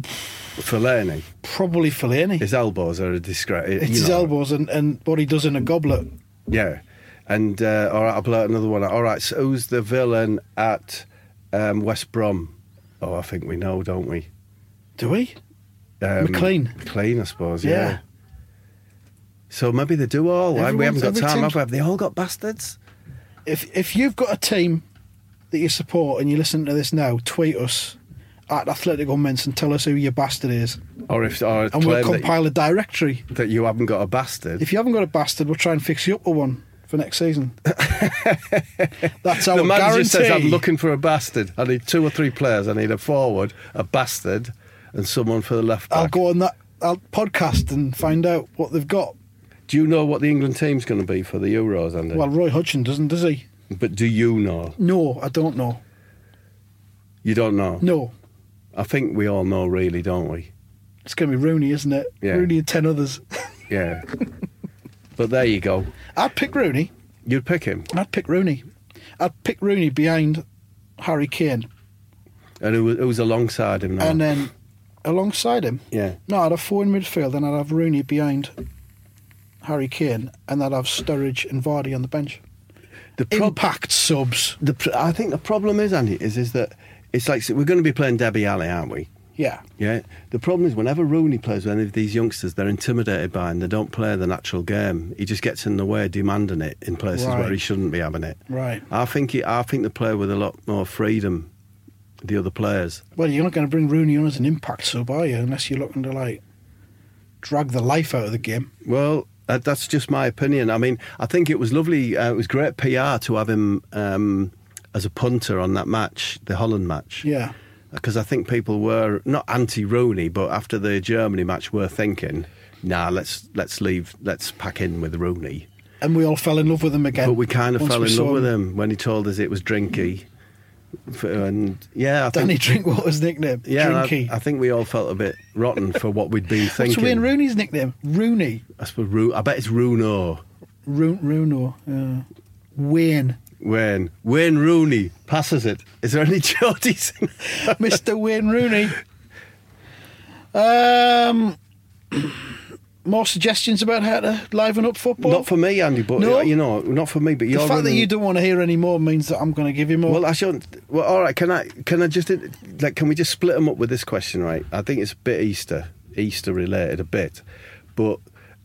Fellaini.
Probably Fellaini.
His elbows are a disgrace.
It's his elbows and, and what he does in a goblet.
Yeah. And uh, all right, I'll blurt another one. out. All right, so who's the villain at um, West Brom? Oh, I think we know, don't we?
Do we?
Um,
McLean.
McLean, I suppose.
Yeah.
Yeah. So maybe they do all. eh? we
Everyone's-
haven't got
every
time,
team's-
have we? Have they all got bastards?
If if you've got a team that you support and you listen to this now, tweet us at Athletic Unmints and tell us who your bastard is,
Or if or
and we'll
claim that-
compile a directory.
that, you haven't got a bastard.
If you haven't got a bastard, we'll try and fix you up with one for next season. That's our
the manager
guarantee.
says, "I'm looking for a bastard. I need two or three players. I need a forward, a bastard, and someone for the left back."
I'll go on that. I'll podcast and find out what they've got.
Do you know what the England team's going to be for the Euros, Andy?
Well, Roy Hodgson doesn't, does he?
but do you know?
No, I don't know.
You don't know.
No,
I think we all know, really, don't we?
it's going to be Rooney, isn't it?
Yeah.
Rooney and ten others.
Yeah. but there you go.
I'd pick Rooney.
You'd pick him.
I'd pick Rooney. I'd pick Rooney behind Harry Kane,
And who, who's alongside him now?
and uh, then alongside him.
yeah.
No, I'd have four in midfield, then I'd have Rooney behind Harry Kane, and I'd have Sturridge and Vardy on the bench.
The prob-
Impact subs.
the pr- I think the problem is, Andy, is, is that it's like so we're going to be playing Debbie Alley, aren't we?
Yeah.
Yeah. The problem is, whenever Rooney plays with any of these youngsters, they're intimidated by him. They don't play the natural game. He just gets in the way, demanding it in places
Right.
where he shouldn't be having it.
Right.
I think he, I think they play with a lot more freedom the other players.
Well, you're not going to bring Rooney on as an impact sub, are you? Unless you're looking to like drag the life out of the game.
Well, uh, that's just my opinion. I mean, I think it was lovely. Uh, it was great PR to have him um, as a punter on that match, the Holland match.
Yeah.
Because I think people were not anti Rooney, but after the Germany match, were thinking, "Nah, let's let's leave, let's pack in with Rooney."
And we all fell in love with him again.
But we kind of
once
fell
we
in
saw
love with him when he told us it was Drinky, F- and yeah, I
Danny
think
Drinkwater's nickname.
yeah, and I-
Drinky.
I, think we all felt a bit rotten for what we'd been thinking.
What's Wayne Rooney's nickname? Rooney.
I suppose Ru- I bet it's Runo.
Roon Runo. Uh, Wayne.
Wayne Wayne Rooney passes it. Is there any Geordies?
Mr. Wayne Rooney. Um, more suggestions about how to liven up football.
not for me, Andy, but
No.
you know, not for me. But
the
you're
fact that
running-
you don't want to hear any more means that I'm going to give you more.
Well, I shouldn't. Well, all right. Can I? Can I just like? Can we just split them up with this question? Right. I think it's a bit Easter, Easter related a bit, but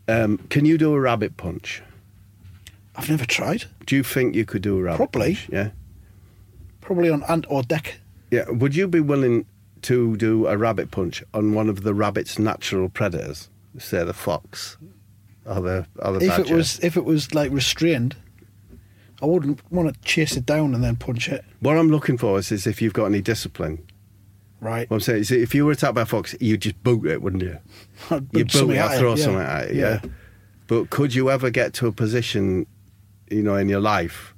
um, can you do a rabbit punch?
I've never tried.
Do you think you could do a rabbit?
Probably.
Punch? Yeah.
Probably on ant or deck.
Yeah. Would you be willing to do a rabbit punch on one of the rabbit's natural predators, say the fox, or the or
If
the
it
badger?
was, if it was like restrained, I wouldn't want to chase it down and then punch it.
What I'm looking for is, is if you've got any discipline.
Right.
What I'm saying is, if you were attacked by a fox, you'd just boot it, wouldn't you?
I'd
you
put
boot
something
it,
at
or
it,
throw
yeah.
something at it,
Yeah.
yeah. But could you ever get to a position, you know, in your life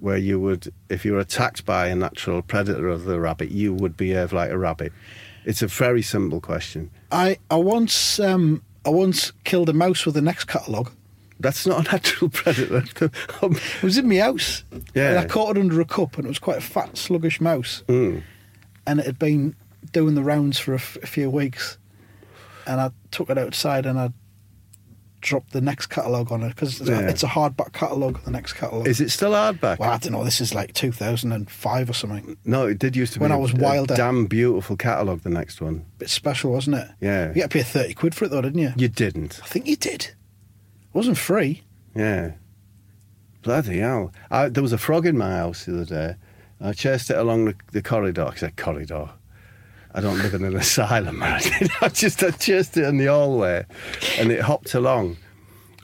where you would, if you were attacked by a natural predator of the rabbit, you would behave like a rabbit? It's a very simple question.
I I once um I once killed a mouse with an X catalogue.
That's not a natural predator. Um,
It was in my house.
Yeah.
And I caught it under a cup, and it was quite a fat, sluggish mouse.
Hmm.
And it had been doing the rounds for a, f- a few weeks. And I took it outside and I dropped the next catalogue on it because it's, a-
Yeah.
it's a hardback catalogue, the next catalogue.
is it still hardback?
well, I don't know. This is like 2005 or something.
No, it did used to be
When I
a-
was
a
wilder.
damn beautiful catalogue, the next one.
Bit special, wasn't it?
Yeah.
You had to pay 30 quid for it, though, didn't you?
You didn't.
I think you did. It wasn't free.
Yeah. Bloody hell. I, there was a frog in my house the other day. I chased it along the, the corridor. 'cause I said corridor. I don't live in an asylum or anything. I just I chased it in the hallway and it hopped along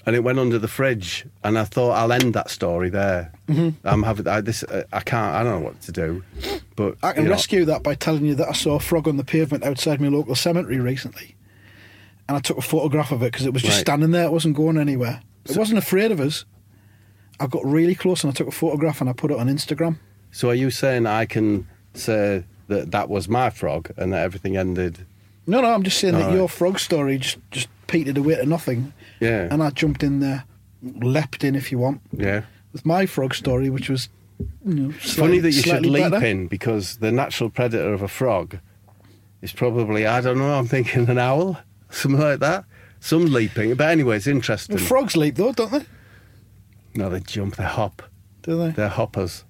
and it went under the fridge. And I thought I'll end that story there.
Mm-hmm.
I'm having I, this. uh, I can't. I don't know what to do. But
I can
you know,
rescue that by telling you that I saw a frog on the pavement outside my local cemetery recently. And I took a photograph of it because it was just
Right.
standing there. It wasn't going anywhere. It wasn't afraid of us. I got really close and I took a photograph and I put it on Instagram.
So are you saying I can say that that was my frog and that everything ended?
No, no, I'm just saying that
Alright.
your frog story just, just petered away to nothing.
Yeah.
And I jumped in there, leapt in if you want,
Yeah.
with my frog story, which was you know,
Funny
slightly-
that you should
slightly
leap
better.
in because the natural predator of a frog is probably, I don't know, I'm thinking an owl, something like that. Some leaping. But anyway, it's interesting.
Well, frogs leap though, don't they?
no, they jump, they hop.
Do they?
They're hoppers.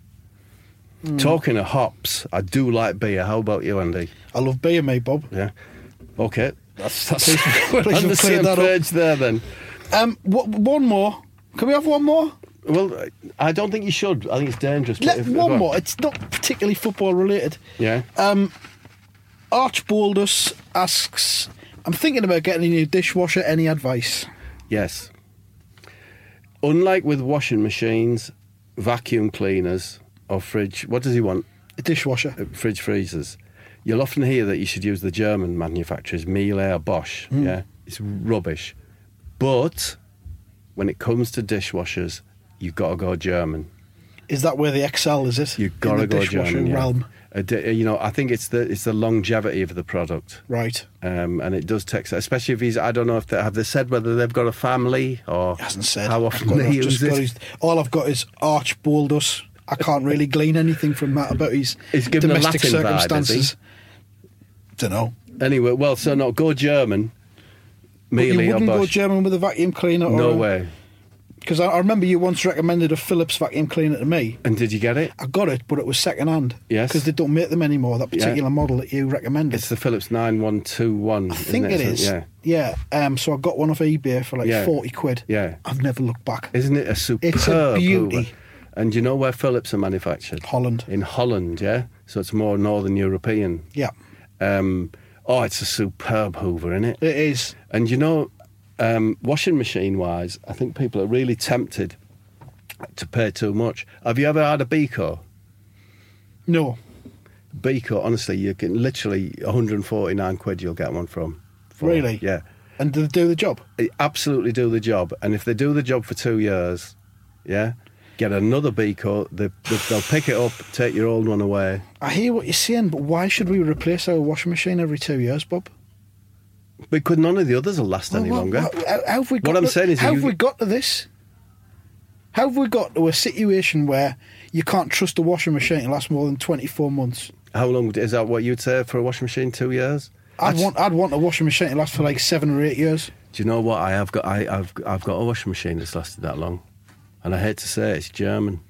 Talking of hops, I do like beer. How about you, Andy?
I love being me, Bob.
Yeah. Okay. That's, that's
Please- please
we're on
have
the
cleared
same
that up.
page there then.
Um, what, one more. Can we have one more?
Well, I don't think you should. I think it's dangerous. but
Let,
if- go
one
on.
more. It's not particularly football related. Um,
Yeah.
Archbaldus asks, "I'm thinking about getting a new dishwasher. Any advice?"
Yes. Unlike with washing machines, vacuum cleaners, or fridge, what does he want?
A dishwasher.
Uh, Fridge freezers. You'll often hear that you should use the German manufacturers, Miele or Bosch.
Hmm.
Yeah, it's rubbish. But when it comes to dishwashers, you've got to go German.
Is that where the XL is? It
You've
In
got
the
to go
dishwasher
German. yeah.
realm,
A di- uh, you know, I think it's the it's the longevity of the product.
right?
Um, and it does take, especially if he's. I don't know if they have they said whether they've got a family or
He hasn't said.
how
I've
often
got-
they
I've
use
just got
this.
his- all I've got is Archbaldus. I can't really glean anything from that about his
He's given a
domestic
Latin vibe, is he?
circumstances. Don't know.
Anyway, well, so no, go German. Mealy
you
or
wouldn't go
Bosch.
German with a vacuum cleaner.
no
or
way.
Because I, I remember you once recommended a Philips vacuum cleaner to me.
And did you get it?
I got it, but it was second hand.
Yes.
Because they don't make them anymore, that
Yeah.
particular model that you recommended.
It's the Philips 9121.
I think
isn't
it is.
Yeah.
Yeah. Um, so I got one off eBay for like
Yeah.
40 quid.
Yeah.
I've never looked back.
Isn't it a superb?
beauty.
Hoover? And do you know where Philips are manufactured?
Holland.
In Holland, yeah? So it's more Northern European.
Yeah,
Um, oh, it's a superb Hoover, is it?
it is.
And you know, um, washing machine wise, I think people are really tempted to pay too much. Have you ever had a Beko?
No,
Beko, honestly, you can literally 149 quid you'll get one from. for-
Really?
Yeah.
and do they do the job?
They absolutely do the job. And if they do the job for two years, yeah, get another Beko, they, they, they'll pick it up, take your old one away.
I hear what you're saying, but why should we replace our washing machine every two years, Bob?
Because none of the others will last any
Well,
longer.
what- what- how, how have we
What
got
I'm
to,
saying is
how
you-
have we got to this? How have we got to a situation where you can't trust a washing machine to last more than 24 months?
How long would- is that what you'd say for a washing machine? Two years?
I'd
That's-
want, I'd want a washing machine to last for like seven or eight years.
Do you know what? I have got I, I've I've got a washing machine that's lasted that long, and I hate to say it, it's German.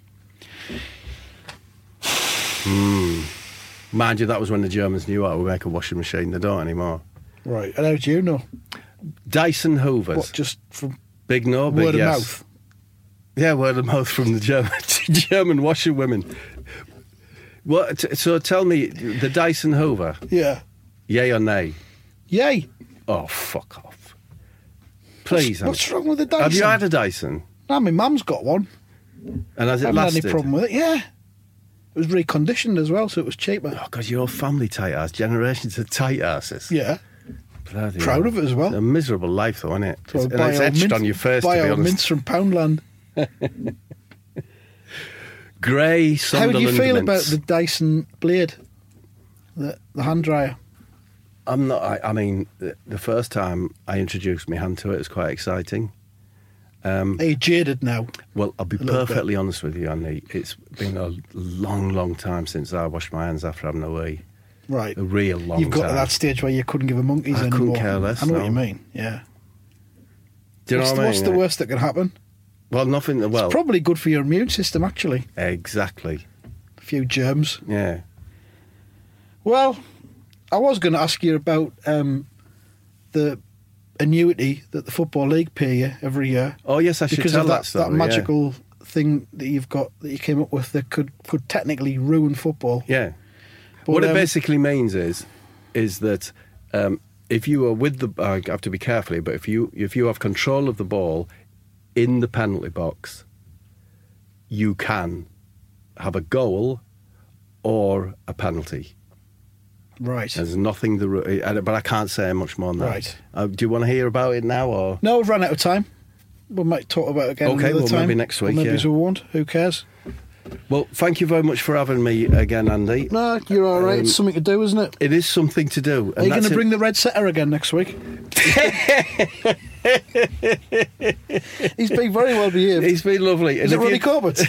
Hmm. Mind you, that was when the Germans knew how to make a washing machine. They don't anymore.
Right. And how do you know?
Dyson Hoovers.
What, just from
big no, big
word
yes.
of mouth?
Yeah, word of mouth from the German German washing women. What? So tell me, the Dyson Hoover,
Yeah.
yay or nay?
Yay.
Oh, fuck off! Please, I'm-
What's wrong with the Dyson?
have you had a Dyson?
Nah, my mum's got one.
And has
I haven't
it lasted?
had any problem with it. Yeah. It was reconditioned as well, so it was cheaper.
Oh, God, your family tight ass, generations of tight asses.
Yeah.
Bloody
Proud
hell.
of it as well.
It's a miserable life, though, isn't it?
So
it's,
I
and
buy
it's
our
etched
mints-
on your face,
buy
to be
our
honest.
mints from Poundland.
Grey
How
Sunderland
do you feel about
mints.
the Dyson blade, the the hand dryer?
I'm not. I, I mean, the, the first time I introduced my hand to it, it was quite exciting. Mm.
Are you jaded now?
Well, I'll be
little bit.
perfectly honest with you, Andy. It's been a long, long time since I washed my hands after having a wee.
Right,
A real long
You've got to
time.
that stage where you couldn't give a monkeys
I couldn't
anymore.
care less,
I know what
no.
you mean. Yeah.
Do you
what's
know
the,
what I
what's
mean?
the worst that can happen?
Well, nothing. Well,
Probably good for your immune system, actually.
exactly.
A few germs.
Yeah.
Well, I was going to ask you about um, the annuity that the football league pay you every year.
Oh yes, I should
because
tell
of that,
story.
that
yeah.
magical thing that you've got that you came up with that could could technically ruin football.
Yeah.
But,
what it
um,
basically means is, is that um, if you are with the, I have to be careful, here, but if you if you have control of the ball in the penalty box, you can have a goal or a penalty.
Right.
There's nothing the, ru- and- but I can't say much more on that.
Right.
Uh, do you want to hear about it now or?
No, we've run out of time. We might talk about it again
Okay,
another
well,
time.
maybe next
Or
week,
maybe
yeah.
as a warned. Who cares?
Well, thank you very much for having me again, Andy.
No, you're all right. it's something to do, isn't it?
It is something to do.
Are
Um, and
you going
that's
to
it.
bring the red setter again next week? He's been very well behaved.
He's been lovely.
Is
And
it
if you-
Ronnie Corbett?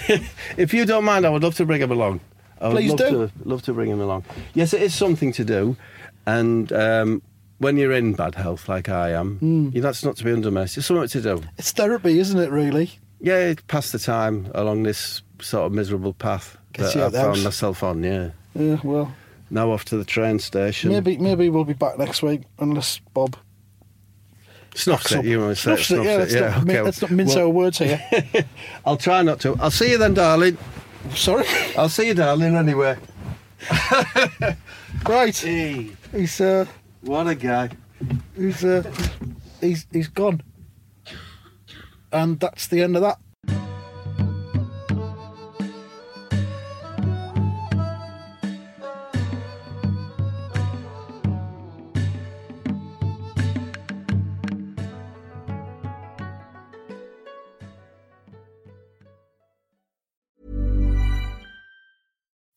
if you don't mind, I would love to bring him along. I would
Please
love
do.
To, love to bring him along. Yes, it is something to do, and um, when you're in bad health like I am,
Hmm.
you- that's not to be underestimated. It's something to do.
it's therapy, isn't it? Really?
Yeah, it passed the time along this sort of miserable path
Gets
that
you out
I
the
found
house.
myself on. Yeah.
Yeah. Well,
Now off to the train station.
maybe maybe we'll be back next week unless Bob.
snuffs
So-
it. You want to say
Snuffs it, Yeah, let's not, min-
okay.
let's not mince
Well,
our words here.
I'll try not to. I'll see you then, darling.
Sorry.
I'll see you, darling. Anyway.
Right.
Hey,
He's uh,
what a guy.
he's uh, he's he's gone, and that's the end of that.